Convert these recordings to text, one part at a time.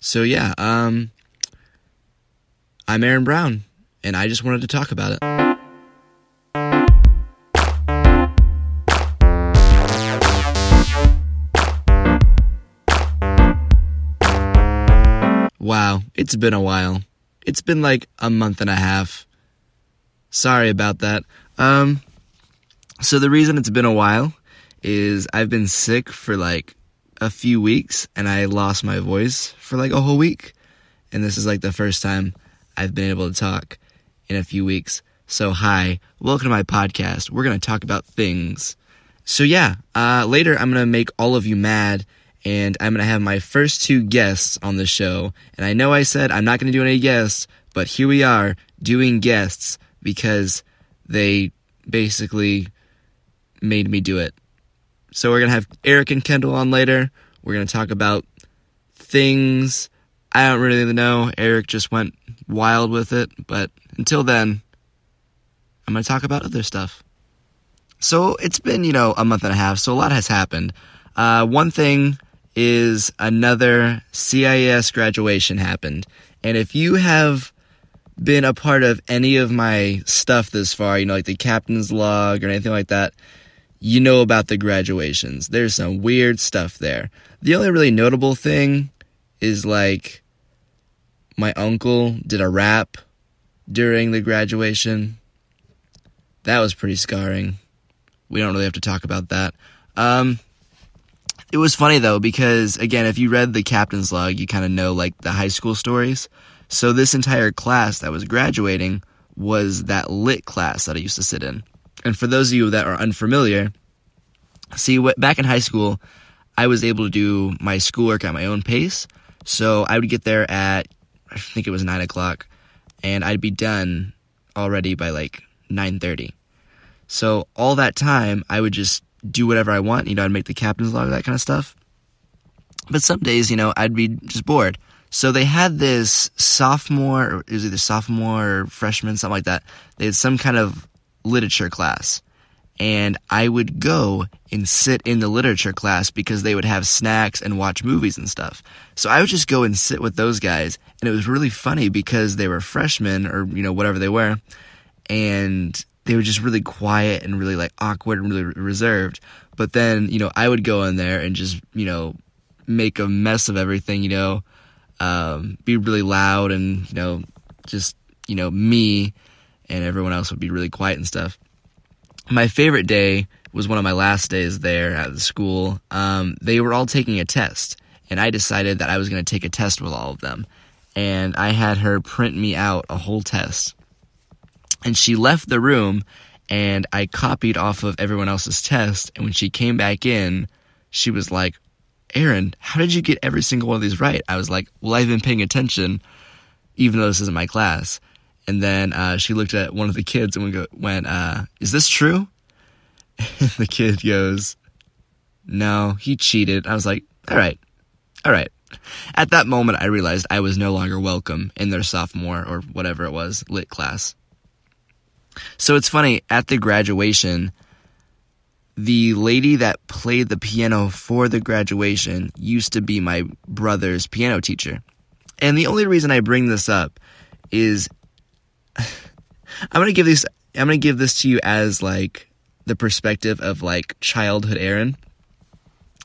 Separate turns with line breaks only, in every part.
so yeah, um, I'm Aaron Brown, and I just wanted to talk about it. Wow, it's been a while. It's been like a month and a half. Sorry about that. Um, so the reason it's been a while is I've been sick for like a few weeks and I lost my voice for like a whole week. And this is like the first time I've been able to talk in a few weeks. So, hi, welcome to my podcast. We're going to talk about things. So, yeah, uh, later I'm going to make all of you mad and I'm going to have my first two guests on the show. And I know I said I'm not going to do any guests, but here we are doing guests because they basically made me do it. So we're gonna have Eric and Kendall on later. We're gonna talk about things. I don't really know. Eric just went wild with it, but until then, I'm gonna talk about other stuff. So it's been, you know, a month and a half, so a lot has happened. Uh, one thing is another CIS graduation happened. And if you have been a part of any of my stuff this far, you know, like the captain's log or anything like that, you know about the graduations. There's some weird stuff there. The only really notable thing is like my uncle did a rap during the graduation. That was pretty scarring. We don't really have to talk about that. Um it was funny though because again, if you read the captain's log, you kind of know like the high school stories. So this entire class that was graduating was that lit class that I used to sit in. And for those of you that are unfamiliar, see, what, back in high school, I was able to do my schoolwork at my own pace. So I would get there at, I think it was nine o'clock, and I'd be done already by like nine thirty. So all that time, I would just do whatever I want. You know, I'd make the captain's log, that kind of stuff. But some days, you know, I'd be just bored. So they had this sophomore, or it was either sophomore or freshman, something like that. They had some kind of literature class. And I would go and sit in the literature class because they would have snacks and watch movies and stuff. So I would just go and sit with those guys. And it was really funny because they were freshmen or, you know, whatever they were and they were just really quiet and really like awkward and really re- reserved. But then, you know, I would go in there and just, you know, make a mess of everything, you know, um, be really loud and, you know, just, you know, me and everyone else would be really quiet and stuff. My favorite day was one of my last days there at the school. Um, they were all taking a test, and I decided that I was going to take a test with all of them. And I had her print me out a whole test and she left the room and I copied off of everyone else's test and when she came back in she was like Aaron how did you get every single one of these right I was like well I've been paying attention even though this isn't my class and then uh, she looked at one of the kids and we go, went uh, is this true and the kid goes no he cheated I was like all right all right at that moment I realized I was no longer welcome in their sophomore or whatever it was lit class so it's funny, at the graduation, the lady that played the piano for the graduation used to be my brother's piano teacher. And the only reason I bring this up is I'm gonna give this I'm gonna give this to you as like the perspective of like childhood Aaron.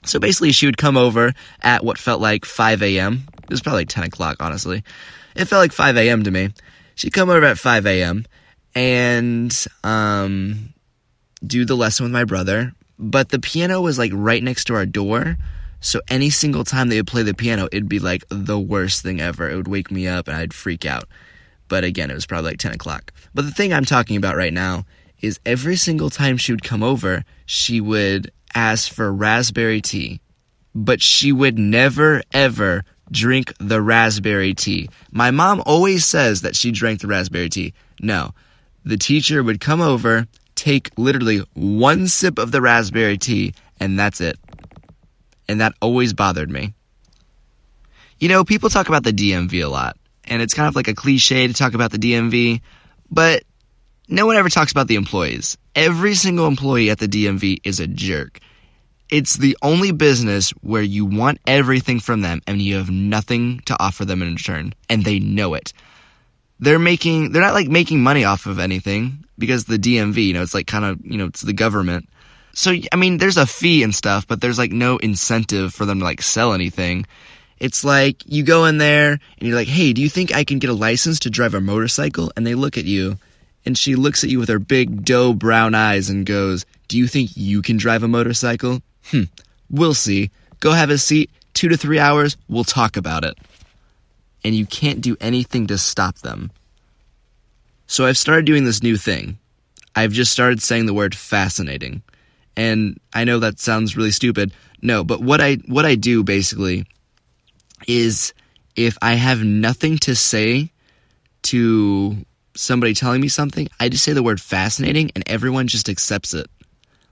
So basically, she would come over at what felt like 5 a.m. It was probably like 10 o'clock, honestly. It felt like 5 a.m. to me. She'd come over at 5 a.m. and um, do the lesson with my brother. But the piano was like right next to our door. So any single time they would play the piano, it'd be like the worst thing ever. It would wake me up and I'd freak out. But again, it was probably like 10 o'clock. But the thing I'm talking about right now is every single time she would come over, she would ask for raspberry tea but she would never ever drink the raspberry tea. My mom always says that she drank the raspberry tea. No. The teacher would come over, take literally one sip of the raspberry tea, and that's it. And that always bothered me. You know, people talk about the DMV a lot, and it's kind of like a cliche to talk about the DMV, but no one ever talks about the employees. Every single employee at the DMV is a jerk It's the only business where you want everything from them and you have nothing to offer them in return, and they know it. They're making they're not like making money off of anything because the DMV, you know, it's like kind of, you know, it's the government. So I mean, there's a fee and stuff, but there's like no incentive for them to like sell anything. It's like you go in there and you're like, "Hey, do you think I can get a license to drive a motorcycle?" And they look at you, and she looks at you with her big doe brown eyes and goes, "Do you think you can drive a motorcycle?" Hmm. We'll see. Go have a seat. 2 to 3 hours, we'll talk about it. And you can't do anything to stop them. So I've started doing this new thing. I've just started saying the word fascinating. And I know that sounds really stupid. No, but what I what I do basically is if I have nothing to say to somebody telling me something, I just say the word fascinating and everyone just accepts it.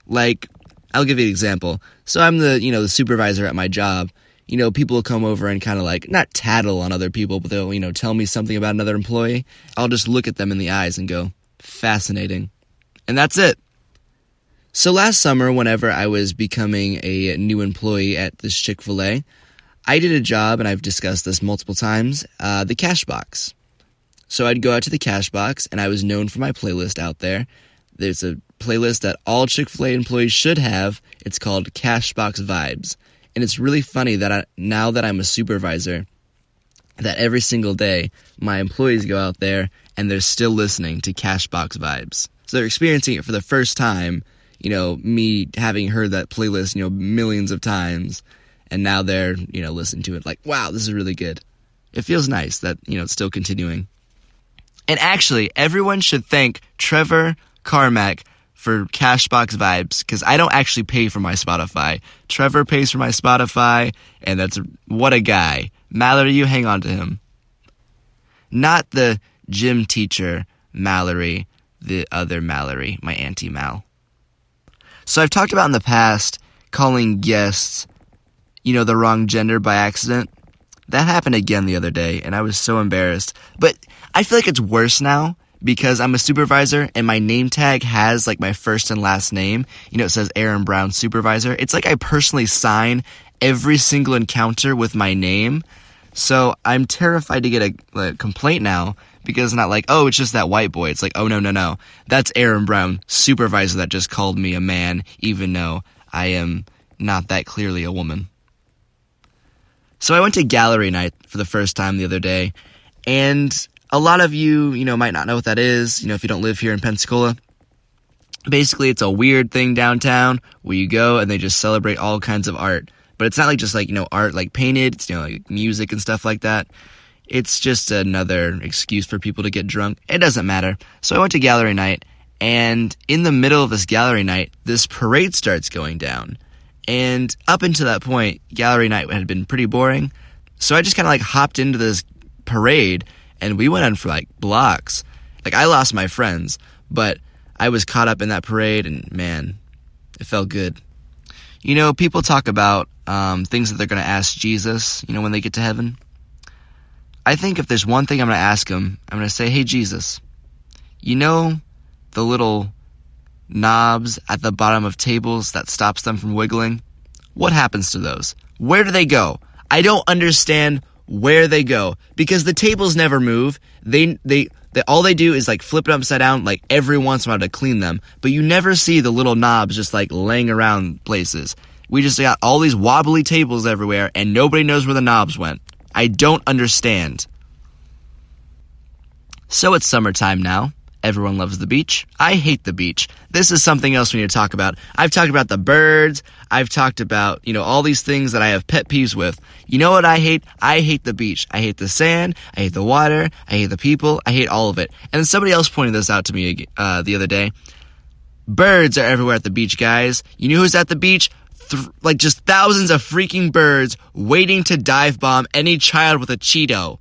Like, I'll give you an example. So I'm the, you know, the supervisor at my job. You know, people will come over and kind of like not tattle on other people, but they'll, you know, tell me something about another employee. I'll just look at them in the eyes and go, "Fascinating." And that's it. So last summer, whenever I was becoming a new employee at this Chick fil A, I did a job, and I've discussed this multiple times uh, the cash box. So I'd go out to the cash box, and I was known for my playlist out there. There's a playlist that all Chick fil A employees should have. It's called Cash Box Vibes. And it's really funny that I, now that I'm a supervisor, that every single day my employees go out there and they're still listening to Cashbox Vibes. So they're experiencing it for the first time, you know, me having heard that playlist, you know, millions of times, and now they're, you know, listening to it like, wow, this is really good. It feels nice that, you know, it's still continuing. And actually, everyone should thank Trevor Carmack for Cashbox Vibes because I don't actually pay for my Spotify. Trevor pays for my Spotify, and that's what a guy. Mallory, you hang on to him. Not the gym teacher Mallory, the other Mallory, my Auntie Mal. So I've talked about in the past calling guests, you know, the wrong gender by accident. That happened again the other day, and I was so embarrassed. But I feel like it's worse now because I'm a supervisor and my name tag has like my first and last name. You know, it says Aaron Brown Supervisor. It's like I personally sign every single encounter with my name. So I'm terrified to get a, a complaint now because it's not like, oh, it's just that white boy. It's like, oh, no, no, no. That's Aaron Brown, supervisor that just called me a man, even though I am not that clearly a woman. So I went to gallery night for the first time the other day, and a lot of you, you know, might not know what that is, you know, if you don't live here in Pensacola. Basically, it's a weird thing downtown where you go and they just celebrate all kinds of art. But it's not like just like, you know, art like painted, it's, you know, like music and stuff like that. It's just another excuse for people to get drunk. It doesn't matter. So I went to gallery night, and in the middle of this gallery night, this parade starts going down. And up until that point, gallery night had been pretty boring. So I just kind of like hopped into this parade and we went on for like blocks. Like I lost my friends, but I was caught up in that parade and man, it felt good. You know, people talk about um, things that they're going to ask Jesus, you know, when they get to heaven. I think if there's one thing I'm going to ask him, I'm going to say, hey, Jesus, you know the little knobs at the bottom of tables that stops them from wiggling? What happens to those? Where do they go? I don't understand where they go because the tables never move. They they, they all they do is like flip it upside down like every once in a while to clean them, but you never see the little knobs just like laying around places. We just got all these wobbly tables everywhere and nobody knows where the knobs went. I don't understand. So it's summertime now. Everyone loves the beach. I hate the beach. This is something else we need to talk about. I've talked about the birds. I've talked about, you know, all these things that I have pet peeves with. You know what I hate? I hate the beach. I hate the sand. I hate the water. I hate the people. I hate all of it. And somebody else pointed this out to me uh, the other day. Birds are everywhere at the beach, guys. You knew who's at the beach? Th- like just thousands of freaking birds waiting to dive bomb any child with a Cheeto.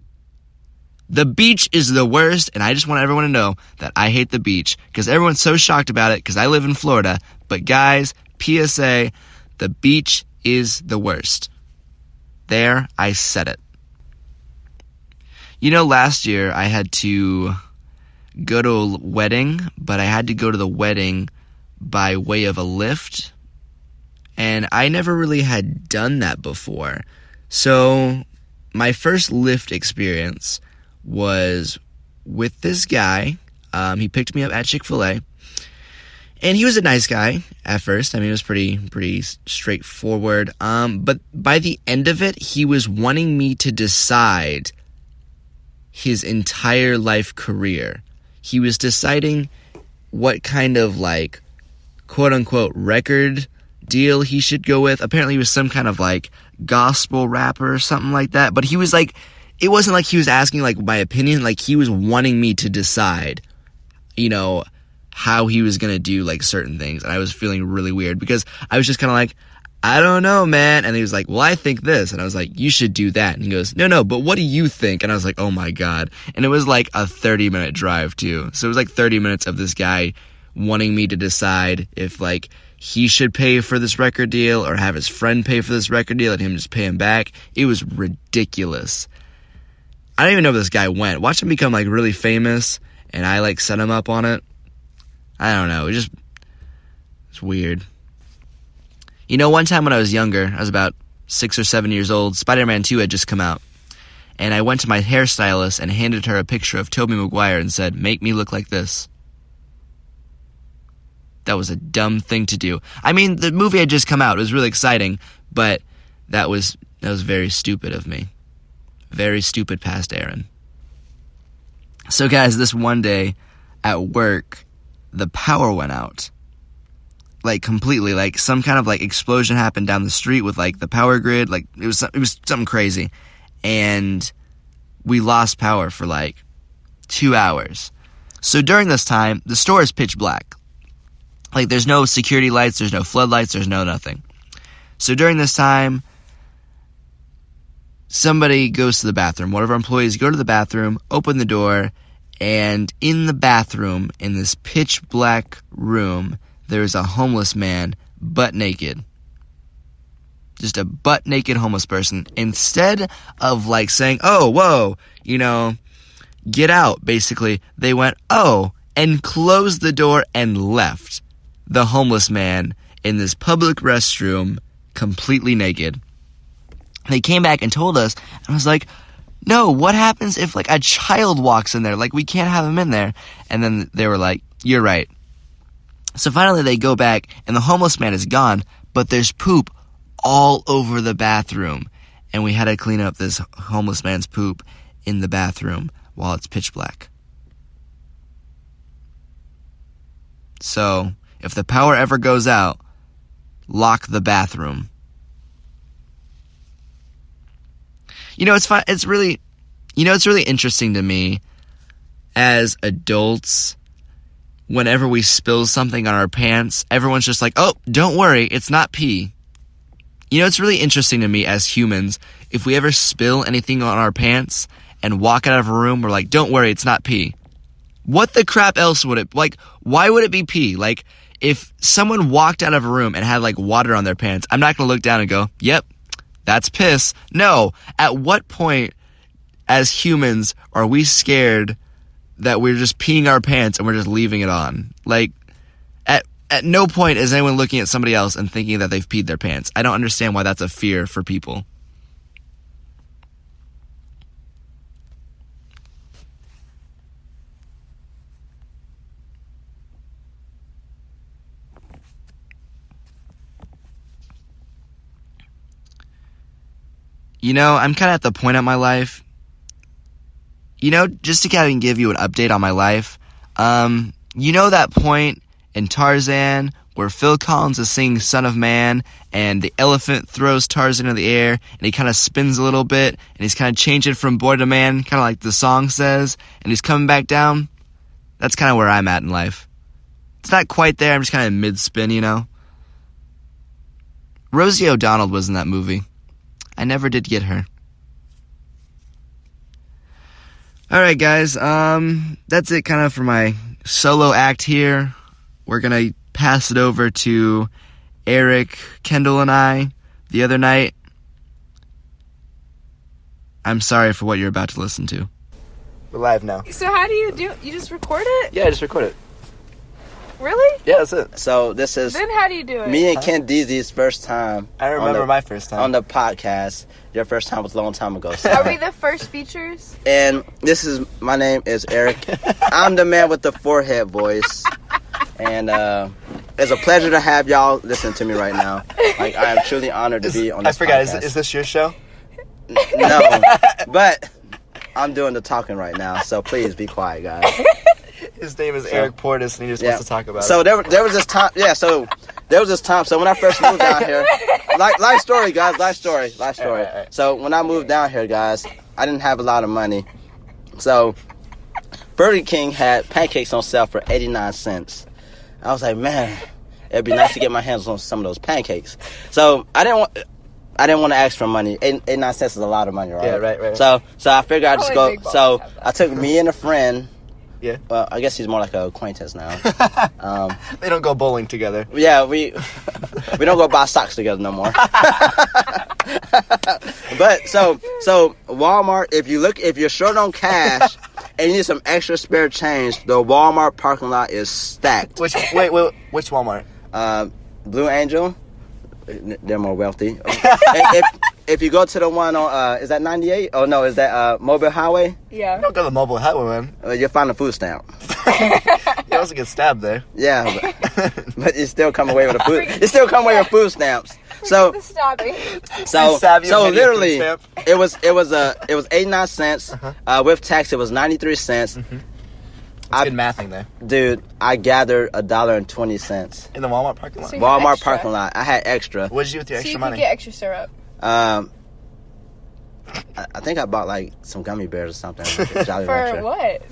The beach is the worst, and I just want everyone to know that I hate the beach because everyone's so shocked about it because I live in Florida. But guys, PSA, the beach is the worst. There, I said it. You know, last year I had to go to a wedding, but I had to go to the wedding by way of a lift and I never really had done that before. So, my first Lyft experience was with this guy. Um, he picked me up at Chick Fil A, and he was a nice guy at first. I mean, it was pretty pretty straightforward. Um, but by the end of it, he was wanting me to decide his entire life career. He was deciding what kind of like quote unquote record deal he should go with. Apparently, he was some kind of like gospel rapper or something like that. But he was like, it wasn't like he was asking like my opinion. Like he was wanting me to decide, you know, how he was gonna do like certain things. And I was feeling really weird because I was just kind of like, I don't know, man. And he was like, Well, I think this. And I was like, You should do that. And he goes, No, no, but what do you think? And I was like, Oh my God. And it was like a 30 minute drive, too. So it was like 30 minutes of this guy wanting me to decide if, like, he should pay for this record deal or have his friend pay for this record deal and him just pay him back. It was ridiculous. I don't even know if this guy went. Watch him become, like, really famous and I, like, set him up on it. I don't know. It just, it's weird. You know, one time when I was younger, I was about six or seven years old, Spider Man 2 had just come out. And I went to my hairstylist and handed her a picture of Tobey Maguire and said, Make me look like this. That was a dumb thing to do. I mean, the movie had just come out, it was really exciting, but that was that was very stupid of me. Very stupid past Aaron. So guys, this one day at work, the power went out like completely like some kind of like explosion happened down the street with like the power grid like it was it was something crazy and we lost power for like 2 hours so during this time the store is pitch black like there's no security lights there's no floodlights there's no nothing so during this time somebody goes to the bathroom one of our employees go to the bathroom open the door and in the bathroom in this pitch black room there is a homeless man butt naked. Just a butt naked homeless person. Instead of like saying, oh, whoa, you know, get out, basically, they went, oh, and closed the door and left the homeless man in this public restroom completely naked. They came back and told us, and I was like, no, what happens if like a child walks in there? Like, we can't have him in there. And then they were like, you're right. So finally they go back and the homeless man is gone, but there's poop all over the bathroom. And we had to clean up this homeless man's poop in the bathroom while it's pitch black. So, if the power ever goes out, lock the bathroom. You know, it's fun, it's really you know, it's really interesting to me as adults whenever we spill something on our pants, everyone's just like, oh, don't worry, it's not pee. You know, it's really interesting to me as humans. If we ever spill anything on our pants and walk out of a room, we're like, don't worry, it's not pee. What the crap else would it, like, why would it be pee? Like, if someone walked out of a room and had, like, water on their pants, I'm not gonna look down and go, yep, that's piss. No, at what point as humans are we scared that we're just peeing our pants and we're just leaving it on. Like at at no point is anyone looking at somebody else and thinking that they've peed their pants. I don't understand why that's a fear for people. You know, I'm kind of at the point of my life you know, just to kind of give you an update on my life, um, you know that point in Tarzan where Phil Collins is singing Son of Man and the elephant throws Tarzan in the air and he kind of spins a little bit and he's kind of changing from boy to man, kind of like the song says, and he's coming back down? That's kind of where I'm at in life. It's not quite there, I'm just kind of mid spin, you know? Rosie O'Donnell was in that movie. I never did get her. All right, guys. Um, that's it, kind of for my solo act here. We're gonna pass it over to Eric, Kendall, and I. The other night. I'm sorry for what you're about to listen to. We're live now.
So how do you do? You just record it?
Yeah, just record it.
Really?
Yeah, that's it.
So this is
Then how do you do it?
me and Candizi's first time.
I
on
remember
the-
my first time.
on the podcast. Your first time was a long time ago.
Are
So.
we the first features?
and this is my name is Eric. I'm the man with the forehead voice. And uh, it's a pleasure to have y'all listen to me right now. Like I am truly honored to
Is-
be on
I
this
forgot. Is,
podcast.
is this your show?
no, but I'm doing the talking right now, so please be quiet, guys.
His name is Eric Portis, and he just wants to talk about
so
it.
there, there was this time. Yeah, so there was this time. So when I first moved down here, like life story, guys, life story, life story.
Alright, alright.
So when I moved down here, guys, I didn't have a lot of money. So Burger King had pancakes on sale for eighty nine cents. I was like, man, it'd be nice to get my hands on some of those pancakes. So I didn't want. I didn't want to ask for money. Eight, eight nine cents is a lot of money, right?
Yeah, right, right.
So, so I figured I'd just
Only
go.
big balls
So
have that.
I took me and a friend.
Yeah.
Well, I guess he's more like a acquaintance now. Um,
they don't go bowling together.
yeah, we we don't go buy socks together no more. but so so Walmart, if you look if you're short on cash and you need some extra spare change, the Walmart parking lot is stacked.
Which wait, wait, which Walmart?
Um, Blue Angel, they're more wealthy. if, if you go to the one on uh, is that 98? Oh no, is that uh, Mobile Highway?
Yeah.
Don't go to the mobile hut, man.
Uh, you'll find a food stamp.
You also get stabbed there.
Yeah, but, but you still come away with a food. You still come away with food stamps. So
the stabbing.
So,
Savio
so
Henry
literally,
food stamp. Uh-huh.
it was it was uh, it was eighty nine cents. uh with tax, it was ninety three cents.
It's
I-
Mm-hmm. good mathing there
Dude, I gathered a dollar and twenty cents.
in the Walmart parking lot.
So- You had
Walmart
extra?
parking lot. I had extra.
What did you do with your
so you
extra
could
money?
get extra syrup.
Um, I, I think I bought like some gummy bears or something. Jolly
For
Rancher.
what?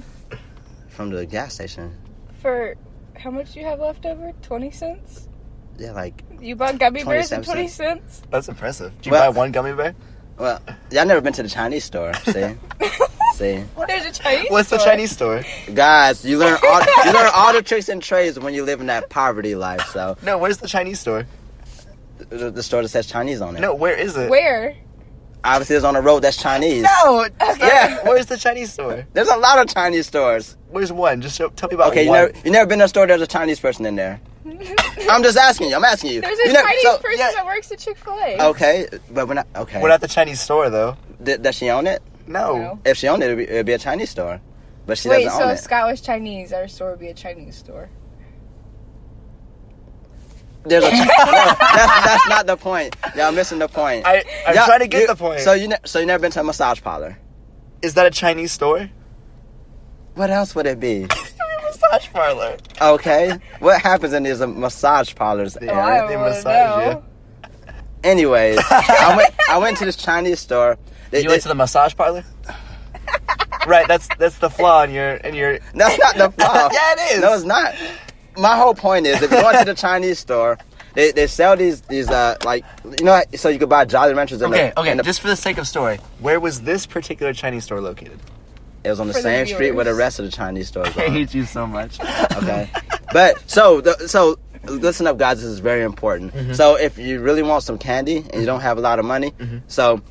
From the gas station.
For how much do you have left over? Twenty cents?
Yeah, like
You bought gummy bears at
27
twenty cents?
That's impressive. Did you
Well-
buy one gummy bear?
well, y'all never been to the Chinese store, see? see,
There's a Chinese.
What's the
store.
Chinese store?
guys, you learn all you learn all the tricks and trades when you live in that poverty life. So
No, where's the Chinese store?
the, the store that says Chinese on it.
No, where is it?
Where?
obviously it's on a road that's Chinese.
No. it's not-
Yeah.
Where's the Chinese store?
There's a lot of Chinese stores.
Where's one? Just show, tell me about
okay, you
one.
never you never been to a store there's a Chinese person in there. I'm just asking you. I'm asking you.
There's a
You never-
Chinese
so- Oh,
person
yeah.
that works at Chick Fil A.
Okay, but we're not okay.
We're not the Chinese store though.
Th- does she own it?
No.
No.
If she owned it, it'd be, it'd be a Chinese store. But she
Wait,
doesn't
so
own
if
it.
Scott was Chinese, our store would be a Chinese store.
There's a Chi- no, that's, that's not the point. Y'all missing the point.
I I'm
Y'all-
trying to get
you-
the point.
So you ne- so you never been to a massage parlor?
is that a Chinese store?
What else would it be?
Massage parlor.
Okay, what happens in these uh, massage parlors?
Yeah,
Oh, I
they
don't wanna
massage
know.
Anyways, I went I went to this Chinese store. They-
You went
they-
to the massage parlor? right, that's that's the flaw in your in your oh.
That's not the problem.
Yeah, it is.
No, it's not. My whole point is, if you go into the Chinese store, they, they sell these these uh like you know so you could buy Jolly Ranchers. In
Okay,
the,
okay,
in the-
just for the sake of story, where was this particular Chinese store located?
it was on the
For the
same street where the
viewers.
rest of the Chinese stores. Are.
you so much.
Okay, but so the, so listen up, guys. This is very important.
Mm-hmm.
So if you really want some candy and you don't have a lot of money,
Mm-hmm.
so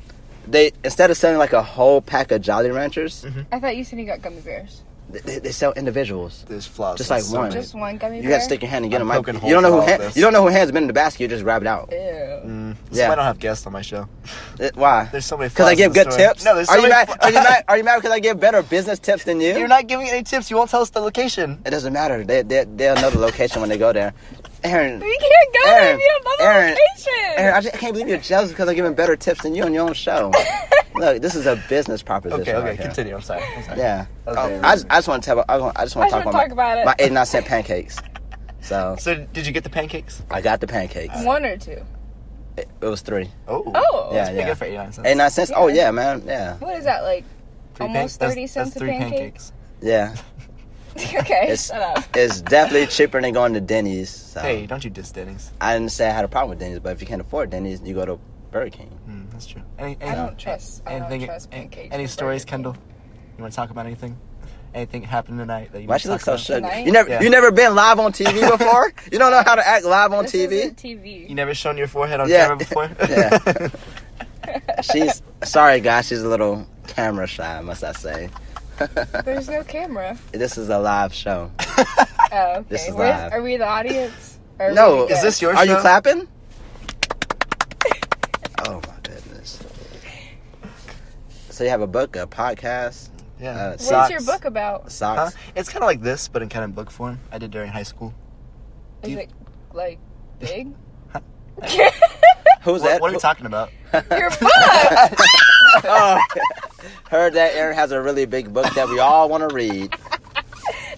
they instead of selling like a whole pack of Jolly Ranchers,
I thought you said you got gummy bears.
they- they, they sell individuals.
There's flaws.
Just
in
like one.
Just one gummy
You
bear.
gotta stick your hand and get
I'm
them. I-
poking
You
holes in
don't know who
all
hand,
this.
you don't know who hand's been in the basket. You just grab it out.
Ew.
Mm, this is
Yeah.
why I don't have guests on my show.
It- why?
There's so many
Because
flaws.
I give
in the
good
story.
tips.
No, there's so
are, you
many
mad,
flaws.
are you mad? Are you mad? Because I give better business tips than you?
You're not giving any tips. You won't tell us the location.
It doesn't matter. They they they'll know the location when they go there. Aaron,
We can't go there.
Aaron,
We have another
Aaron,
location.
Aaron, I, just, I can't believe you're jealous because I'm giving better tips than you on your own show. Look, this is a business proposition.
Okay,
right
okay,
here.
continue. I'm sorry. I'm sorry.
Yeah.
Okay,
Oh,
really.
I, just, I just want to tell. about- I, want- I just want
I
to talk
just wanna
about, my,
talk about it.
my 89 cent pancakes. So
So, did you get the pancakes?
I got the pancakes.
One or two.
It, it was three.
Oh.
Oh.
Yeah,
That's pretty
yeah.
good for 89 cents.
89 cents. Oh yeah, man. Yeah,
What is that like?
Three
Almost
pan-
30
that's-
cents
that's
a
three
pancake?
pancakes.
yeah.
okay,
It's-
shut up.
It's definitely cheaper than going to Denny's. So.
Hey, don't you diss Denny's.
I didn't say I had a problem with Denny's, but if you can't afford Denny's, you go to Burger King.
Mm, that's true. Any, any,
I don't trust. I don't trust
any-
pancakes.
Any
from
stories,
Burger King.
Kendall? You want to talk about anything? Anything happened tonight that you
Why
want
she
to
look
talk
so
about?
sugar?
Tonight?
You never,
Yeah.
you never been live on TV before. you don't know how to act live on
This
TV.
isn't TV.
You never shown your forehead on
Yeah.
camera before?
Yeah. She's sorry, guys. She's a little camera shy, must I say?
There's no camera.
This is a live show.
Oh, okay.
This is
Where's-
live.
Are we the audience? Or are
No,
we the
Is this your
Are you
show?
clapping? oh my goodness. So you have a book, a podcast,
Yeah.
uh,
guest?
socks,
What's your book about?
Huh?
socks.
It's kind of like this, but in kind of book form. I did during high school.
Is
You-
it like big?
Who's
What,
that?
what are we talking about?
your book.
Oh, heard that Aaron has a really big book that we all want to read.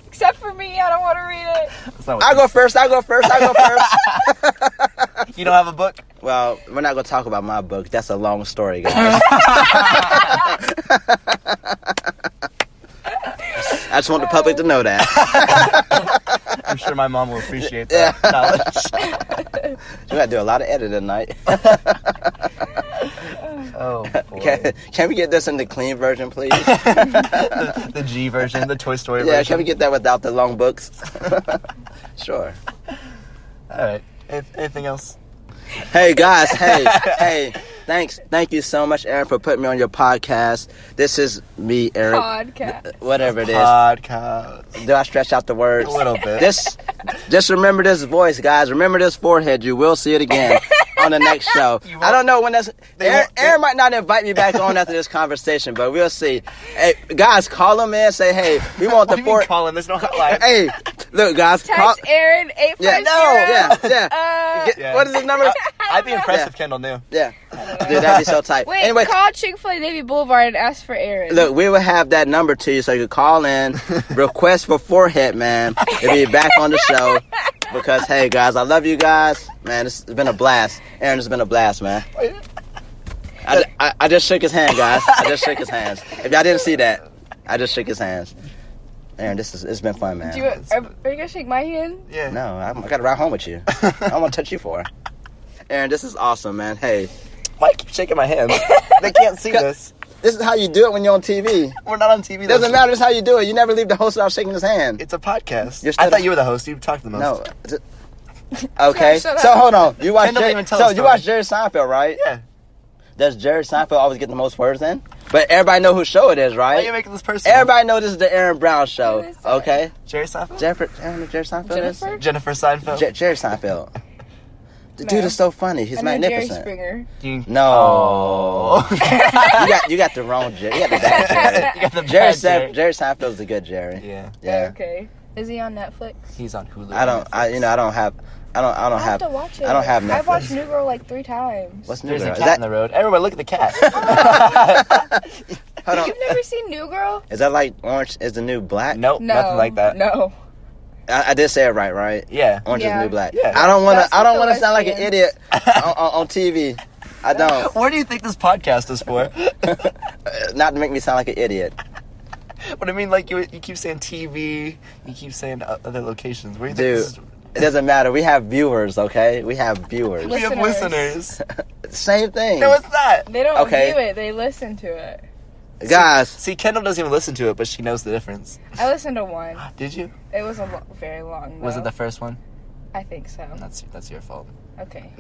Except for me, I don't want to read it.
That's not what
I go first. I go first. I go first.
You don't have a book?
well, we're not gonna talk about my book. That's a long story, guys. I just want the public to know that.
I'm sure my mom will appreciate that knowledge.
We gotta do a lot of editing tonight.
Oh, boy.
Can, can we get this in the clean version, please?
the, the G version, the Toy Story
yeah, can
version.
we get that without the long books? sure.
All right. If, anything else?
Hey guys, hey, hey. Thanks. Thank you so much, Aaron, for putting me on your podcast. This is me, Eric.
Podcast.
Whatever it is.
Podcast.
Do I stretch out the words?
Uh, A little bit.
This just remember this voice, guys. Remember this forehead. You will see it again on the next show.
You won't-
I don't know when that's
They
Aaron,
won't-
Aaron might not invite me back on after this conversation, but we'll see. Hey guys, call him in, say hey, we
what
want the
do you mean
four
calling? There's no hotline.
Hey, look guys, call,
Text Aaron eight
Yeah,
five
no, yeah,
zero.
yeah.
Uh,
Get-
Yeah.
What is his number?
I'd be impressed
Yeah.
if Kendall knew.
yeah. Dude, that'd be so tight.
wait,
anyway,
call Chick Fil A Navy Boulevard and ask for Aaron.
look, we will have that number to you so you can call in, request for forehead, man, and be back on the show. Because hey guys, I love you guys, man. It's been a blast. Aaron, it's been a blast, man. I, I, I just shook his hand, guys. I just shook his hands. If y'all didn't see that, I just shook his hands. Aaron, this is it's been fun, man.
Do you, are, are you gonna shake my hand?
Yeah.
No, I'm, I gotta ride home with you. I want to touch you for. Aaron, this is awesome, man. Hey,
Why do you keep shaking my hand? they can't see this.
this is how you do it when you're on TV.
We're not on TV.
It
though.
doesn't matter. This is how you do it. You never leave the host without shaking his hand.
It's a podcast.
You're
I
still-
thought you were the host. You talked the most.
No. Okay.
Shut up.
so hold on. You watch
And don't
Jerry,
even tell
so
a
you
story.
watch Jerry Seinfeld, right?
Yeah.
Does Jerry Seinfeld always get the most words in? But everybody know whose show it is,
Why are you
right?
making this person?
Everybody know this is the Aaron Brown show.
Who is that?
Okay.
Jerry Seinfeld.
Jennifer, Aaron, Jerry Seinfeld is.
Jennifer?
Jennifer Seinfeld.
Jer- Jerry Seinfeld. The dude
No.
is so funny. He's
I know Jerry
magnificent.
Springer.
You-
No.
Oh.
you got you got the wrong Jerry. You got the bad Jerry.
You got the
Jerry,
bad
Seinf-
Jerry.
Jerry Seinfeld's a good Jerry.
Yeah.
Yeah.
Okay. Is he on Netflix?
He's on Hulu.
I don't. I you know I don't have. I don't. I don't
I have to
have.
watch it.
I don't have
I've
Netflix.
watched New Girl like three times.
What's new?
There's
Girl?
a
Is
cat in
that,
the road. Everybody, look at the cat.
hold on.
You've never seen New Girl?
Is that like Orange is the New Black?
nope.
No,
Nothing like that.
No.
I, I did say it right, right?
Yeah.
Orange is
Yeah.
the New Black.
Yeah.
I don't want
That's
to. I don't
what
want
the
to sound like an
lesbians-
idiot on, on, on TV. I don't.
Where do you think this podcast is for?
Not to make me sound like an idiot.
but I mean, like you, you keep saying TV, you keep saying o- other locations. Where do you
Dude.
think this is?
It doesn't matter. We have viewers, okay? We have viewers.
We have
Listeners.
listeners.
Same thing,
no, it's not.
They don't
Okay.
view it. They listen to it.
guys.
See, Kendall doesn't even listen to it, but she knows the difference.
I listened to one.
Did you?
It was a lo- very long.
Was it
though.
the first one?
I think so.
That's that's your fault.
Okay.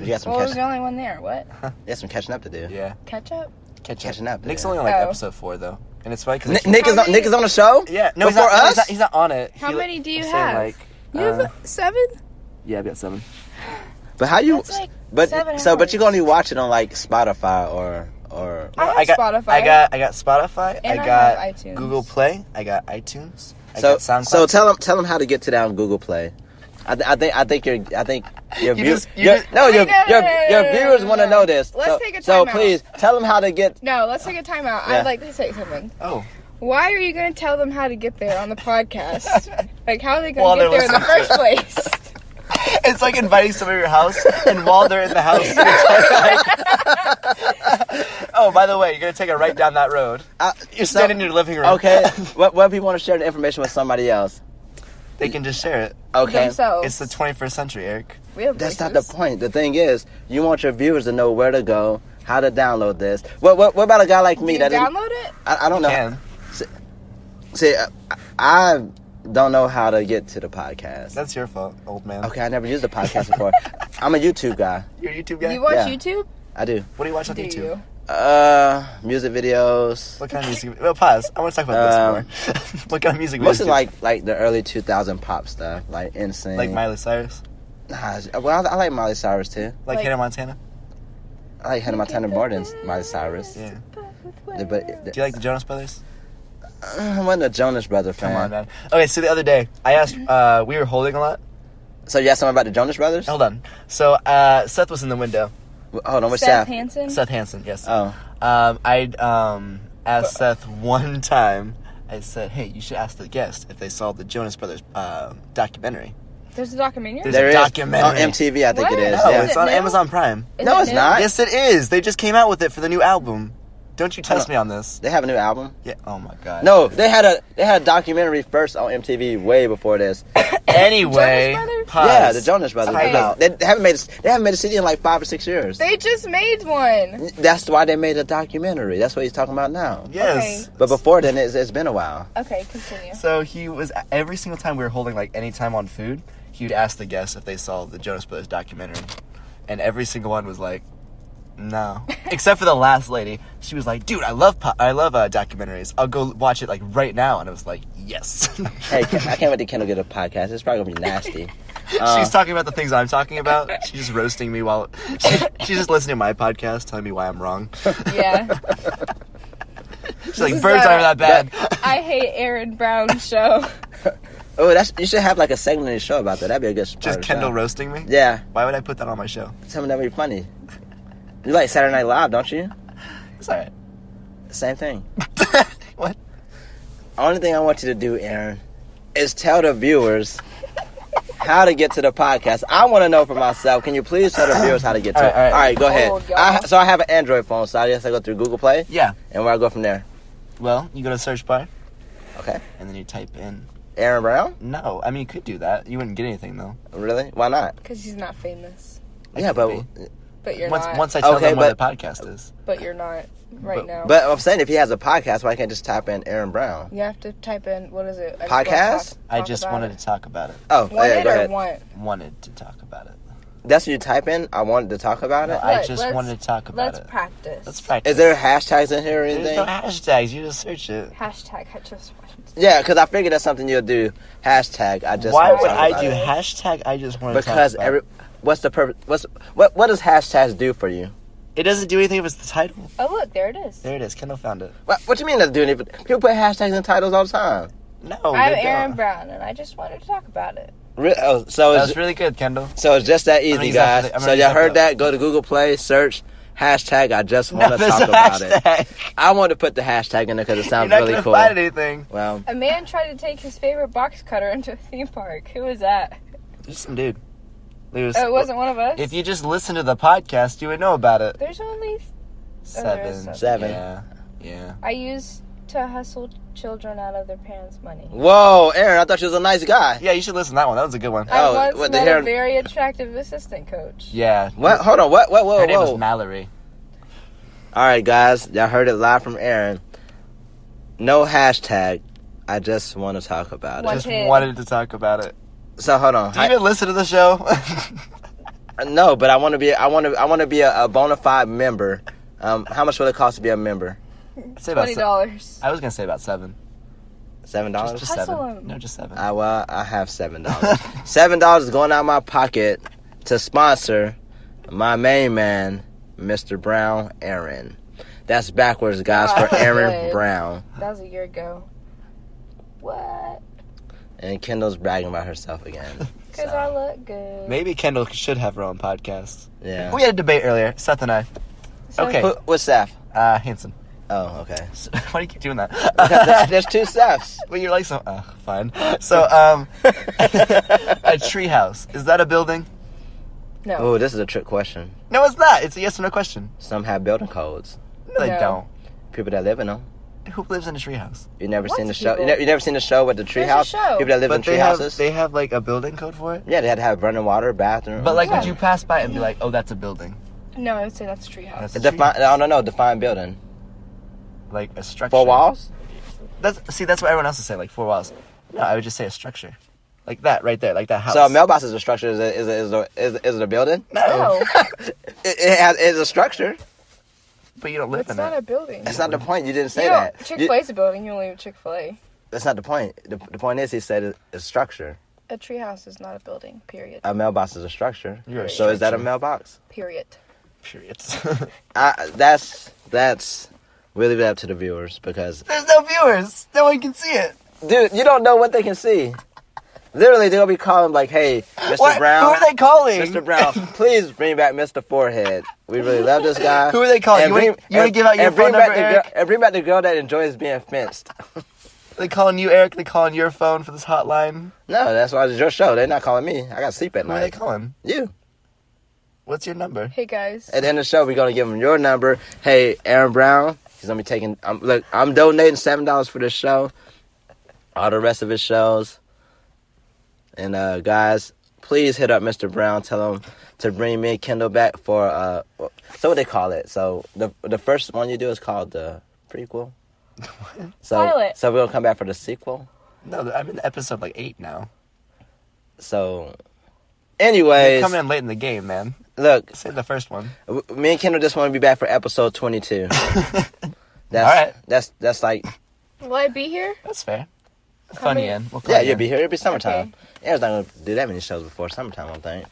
You got some
Well, I was
catch,
the only one there. What?
you got some catching up to do.
yeah.
Ketchup?
Catch
Catching up,
Nick's
yeah.
only on like
Oh.
episode four though, and it's funny
Nick,
because
Nick is on,
many-
Nick is on the show.
yeah, no, he's
Before
not, no,
us?
he's not. He's not on it.
How
He, like-
many do you
I'm saying,
have?
Like,
You
uh,
have seven?
yeah, I've got seven.
But how you?
That's like
but
seven
so, but you
hours.
can only watch it on like Spotify or or
I have
I got
Spotify.
I got I got Spotify.
And I
I
have
got
iTunes.
Google Play. I got iTunes. I
so
got SoundCloud.
so tell them tell them how to get to that on Google Play. I, th- I think I think your I think your
You
viewers
just- you just-
no your
Wait, no, no,
your,
no, no,
your
no, no,
viewers
no,
want to
no.
know this.
Let's
so,
take a
so
timeout.
please tell them how to get.
No, let's take a timeout.
Yeah.
I'd like to say something.
oh,
Why are you going to tell them how to get there on the podcast? like, how are they
While
going to
they're
get there in the first
listening
place?
it's like inviting somebody to your house, and while they're in the house, you're like- oh, by the way, you're gonna take a right down that road.
Uh,
You're standing in your living room.
Okay, what what if you want to share the information with somebody else?
they can just share it.
Okay,
Themselves.
It's the 21st century, Eric.
we have
that's not the
voices.
point. The thing is, you want your viewers to know where to go, how to download this. What what, what about a guy like
Do
me
you
that doesn't-
download it?
I, I don't know.
Can
See, I, I don't know how to get to the podcast.
that's your fault, old man.
Okay, I never used a podcast before. I'm a YouTube guy.
You're a YouTube guy.
You watch
Yeah.
YouTube?
I do.
what do you watch on
Do
YouTube?
you?
Uh, music videos.
What kind of music? Well, pause. I want to talk
Um,
about this more. what kind of music?
Most
videos
of
do-
like like the early 2000 pop stuff, like insane.
like Miley Cyrus,
Nah, well, I, I like Miley Cyrus too.
like,
Like-
Hannah Montana.
I like Hannah Montana more than Miley Cyrus.
Yeah.
The- But uh, the,
Do you like the Jonas Brothers?
I wasn't a Jonas Brothers fan.
Come on, man. Okay, so the other day I asked. Uh, we were holding a lot.
So you asked something about the Jonas Brothers?
Hold on. So uh, Seth was in the window.
W- Hold on, what's
Seth
that?
Hansen.
Seth Hansen. Yes.
Oh,
Um, I um asked Seth one time. I said, "Hey, you should ask the guest if they saw the Jonas Brothers uh, documentary."
There's a documentary.
There's- It's
there
a
is
documentary.
on MTV. I think
What?
it Oh, is.
No,
Yeah.
it's
Is it
on
new?
Amazon Prime.
Is
No,
it
it's
new?
not. I-
yes, it is. They just came out with it for the new album. Don't you test
on.
me on this.
They have a new album.
Yeah. Oh my god.
No, they had a they had a documentary first on MTV way before this.
Anyway.
Jonas Brothers?
pause.
Yeah, the Jonas Brothers.
Time
They-
out.
They, haven't made a- they haven't made a CD in like five or six years.
They just made one.
That's why they made a documentary. That's what he's talking about now.
Yes.
But before then, it's, it's been a while.
Okay, continue.
So he was every single time we were holding like any time on food, he would ask the guests if they saw the Jonas Brothers documentary, and every single one was like, "No," except for the last lady. She was like, "Dude, I love po- I love uh, documentaries. I'll go watch it like right now." And I was like, "Yes."
Hey, Ken- I can't wait to Kendall get a podcast. It's probably gonna be nasty. Uh,
she's talking about the things I'm talking about. She's just roasting me while she, she's just listening to my podcast, telling me why I'm wrong.
Yeah.
She's like,
is,
"Birds
uh,
aren't that bad."
I hate Aaron Brown's show.
oh, that's you should have like a segment in the show about that. That'd be a good. part
Just
of the
Kendall
show.
roasting me.
Yeah,
Why would I put that on my show?
something that'd be funny. You like Saturday Night Live, don't you?
It's alright.
Same thing.
What?
Only thing I want you to do, Aaron, is tell the viewers how to get to the podcast. I want to know for myself. Can you please tell the viewers how to get to
All
it?
right, all right.
go ahead.
Oh, y'all.
I, so I have an Android phone, so I guess I go through Google Play
Yeah.
and where I go from there.
Well, you go to search bar.
Okay.
And then you type in.
Aaron Brown?
No, I mean you could do that. You wouldn't get anything though.
Really? Why not?
Because he's not famous.
I
yeah,
could
but
But you're
once
not.
once I tell
Okay,
them what the
but-
podcast is,
but you're not right
But-
now.
but I'm saying if he has a podcast, why can't I just type in Aaron Brown?
you have to type in what is it?
Podcast?
I just wanted to talk about it.
Oh,
One
yeah,
it
go
or
ahead.
want?
Wanted to talk about it.
That's what you type in. I wanted to talk about
No,
it.
I
Look,
just
let's-
wanted to talk about
Let's
it.
practice.
Let's practice.
Is there hashtags in here or
There's
anything?
no hashtags. You just search it.
Hashtag I just wanted. to-
Yeah, because I figured that's something you'll do. Hashtag. I just.
Why
wanna
would
talk
I
about
do
it.
hashtag? I just want
Because
to talk about
every.
it.
What's the purpose? What's what? What does hashtags do for you?
It doesn't do anything if it's the title.
Oh look, there it is.
There it is. Kendall found it.
What, what do you mean doesn't do anything? People put hashtags in titles all the time.
No,
I'm
they don't.
Aaron Brown, and I just wanted to talk about it.
Re- oh, so
That
it's
was really good, Kendall.
so it's just that
gonna
easy,
use that
guys.
for the- I'm
so
gonna use
y'all
that for
heard
the-
that? Go to Google Play, search hashtag. I just want
No,
to
there's
talk
no
about it.
hashtag.
I wanted to put the hashtag in there because it
You're
sounds
not
really
gonna
cool.
find anything.
Well,
A man tried to take his favorite box cutter into a theme park. Who was that?
Just some dude. It was-
Oh, it wasn't one of us.
If you just listen to the podcast, you would know about it.
There's only
Seven.
Oh, seven.
Seven.
Yeah. Yeah.
I used to hustle children out of their parents' money.
whoa, Aaron! I thought you was a nice guy.
Yeah, you should listen to that one. That was a good one.
I
Oh,
once
what, the
met
hair-
a very attractive assistant coach.
Yeah.
What? Hold on. What? What? Whoa,
Her
whoa.
name was Mallory.
All right, guys, y'all heard it live from Aaron. No hashtag. I just want to talk about
One
Just
hit.
wanted to talk about it.
it. So hold on.
Do you even listen to the show?
I- no, but I want to be. I want to. I want to be a, a bona fide member. Um, how much would it cost to be a member?
I'd say about
Twenty
se-
dollars.
I was gonna say about seven.
Seven
Just,
dollars.
just
Hustle
seven.
him.
No, just seven.
I well, I have seven dollars. seven dollars is going out of my pocket to sponsor my main man, Mr. Brown Aaron. That's backwards, guys, for
Oh,
Aaron
good.
Brown.
That was a year ago. What?
And Kendall's bragging about herself again.
Because I look good.
Maybe Kendall should have her own podcast.
Yeah.
We had a debate earlier, Seth and I.
So-
okay.
Who, what's Seth?
Uh, Hanson.
Oh, okay.
So- Why do you keep doing
There's-
that?
There's two Seths.
well, you're like so. Uh, fine. So, um, a treehouse is that a building?
No.
Oh, this is a trick question.
No, it's not. It's a yes or no question.
Some have building codes.
No, they
No.
don't.
People that live in them.
Who lives in a treehouse?
You never seen the
Lots of
show. You,
people.
ne- you never seen the show with the tree
There's a
house.
show.
People that live in
But
tree
they have
houses.
they have like a building code for it.
yeah, they had to have running water, bathroom.
But like,
Yeah.
would you pass by and be like, "Oh, that's a building"?
No, I would say that's treehouse.
That's a
define.
treehouse.
I don't know. Define building.
like a structure.
Four walls.
That's see, that's what everyone else is saying, like four walls. No, I would just say a structure, like that right there, like that house.
So a mailbox is a structure. Is
oh,
it, is it, is it, is it, is it a building?
no.
No.
It, it has, it's a structure.
but you don't live
It's
in
not
it.
a building.
That's not the point. You didn't say
you know,
that.
Chick
You-
Fil A's a building. You only have Chick Fil A.
That's not the point. The, the point is, he said it- it's structure.
A treehouse is not a building. Period.
A mailbox is a structure.
You're a
so is that a
structure.
mailbox?
Period.
Periods.
I, that's that's we leave it up to the viewers because
There's no viewers. No one can see it.
dude, you don't know what they can see. Literally, they'll be calling like, "Hey, Mr.
What?
Brown,
Who are they calling?
Mr. Brown, please bring back Mr. Forehead. We really love this guy."
Who are they calling?
And
You wanna-
bring-
you wanna
and-
give out your
and bring
phone
back
number,
the girl-
Eric?
And bring back the girl that enjoys being fenced.
They calling you, Eric. They calling your phone for this hotline.
No, that's why it's your show. They're not calling me. I got to sleep at
Who are they
night.
calling?
You.
What's your number?
Hey guys.
At the end of the show, we're gonna give him your number. Hey, Aaron Brown, he's gonna be taking. Um, look, I'm donating seven dollars for this show, all the rest of his shows. And uh, guys, please hit up Mr. Brown. Tell him to bring me and Kendall back for uh, so what they call it. So the the first one you do is called the prequel. So
Pilot.
so we're gonna come back for the sequel.
No, I'm in episode like eight now.
So,
They
anyways,
come in late in the game, man.
look,
Say the first one.
W- Me and Kendall just want to be back for episode 22. that's,
Alright.
That's that's like
Will I be here?
That's fair. Funny
many-
end. We'll call
yeah,
you.
you'll be here. It'll be summertime. Aaron's not gonna do that many shows before summertime. I don't think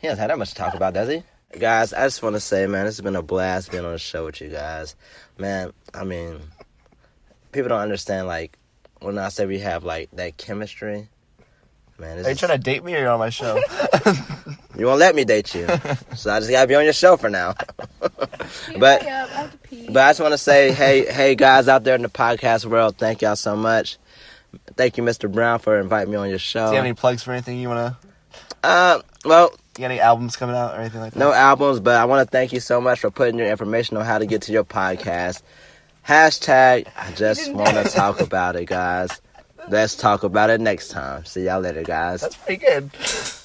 he doesn't have that much to talk about, does he? Guys, I just want to say, man, this has been a blast being on the show with you guys. Man, I mean, people don't understand like when I say we have like that chemistry. Man, this
Are you
is-
trying to date me or you're on my show?
you won't let me date you, so I just gotta be on your show for now. But-
Hurry up, I have to pee.
But I just want to say, hey, hey, guys out there in the podcast world, thank y'all so much. Thank you, Mr. Brown, for inviting me on your show.
Do you have any plugs for anything you wanna?
Uh, well,
You got any albums coming out or anything like that?
no albums, but I want to thank you so much for putting your information on how to get to your podcast. Hashtag, I just
didn't
want
know.
to talk about it, guys. Let's talk about it next time. See y'all later, guys.
That's pretty good.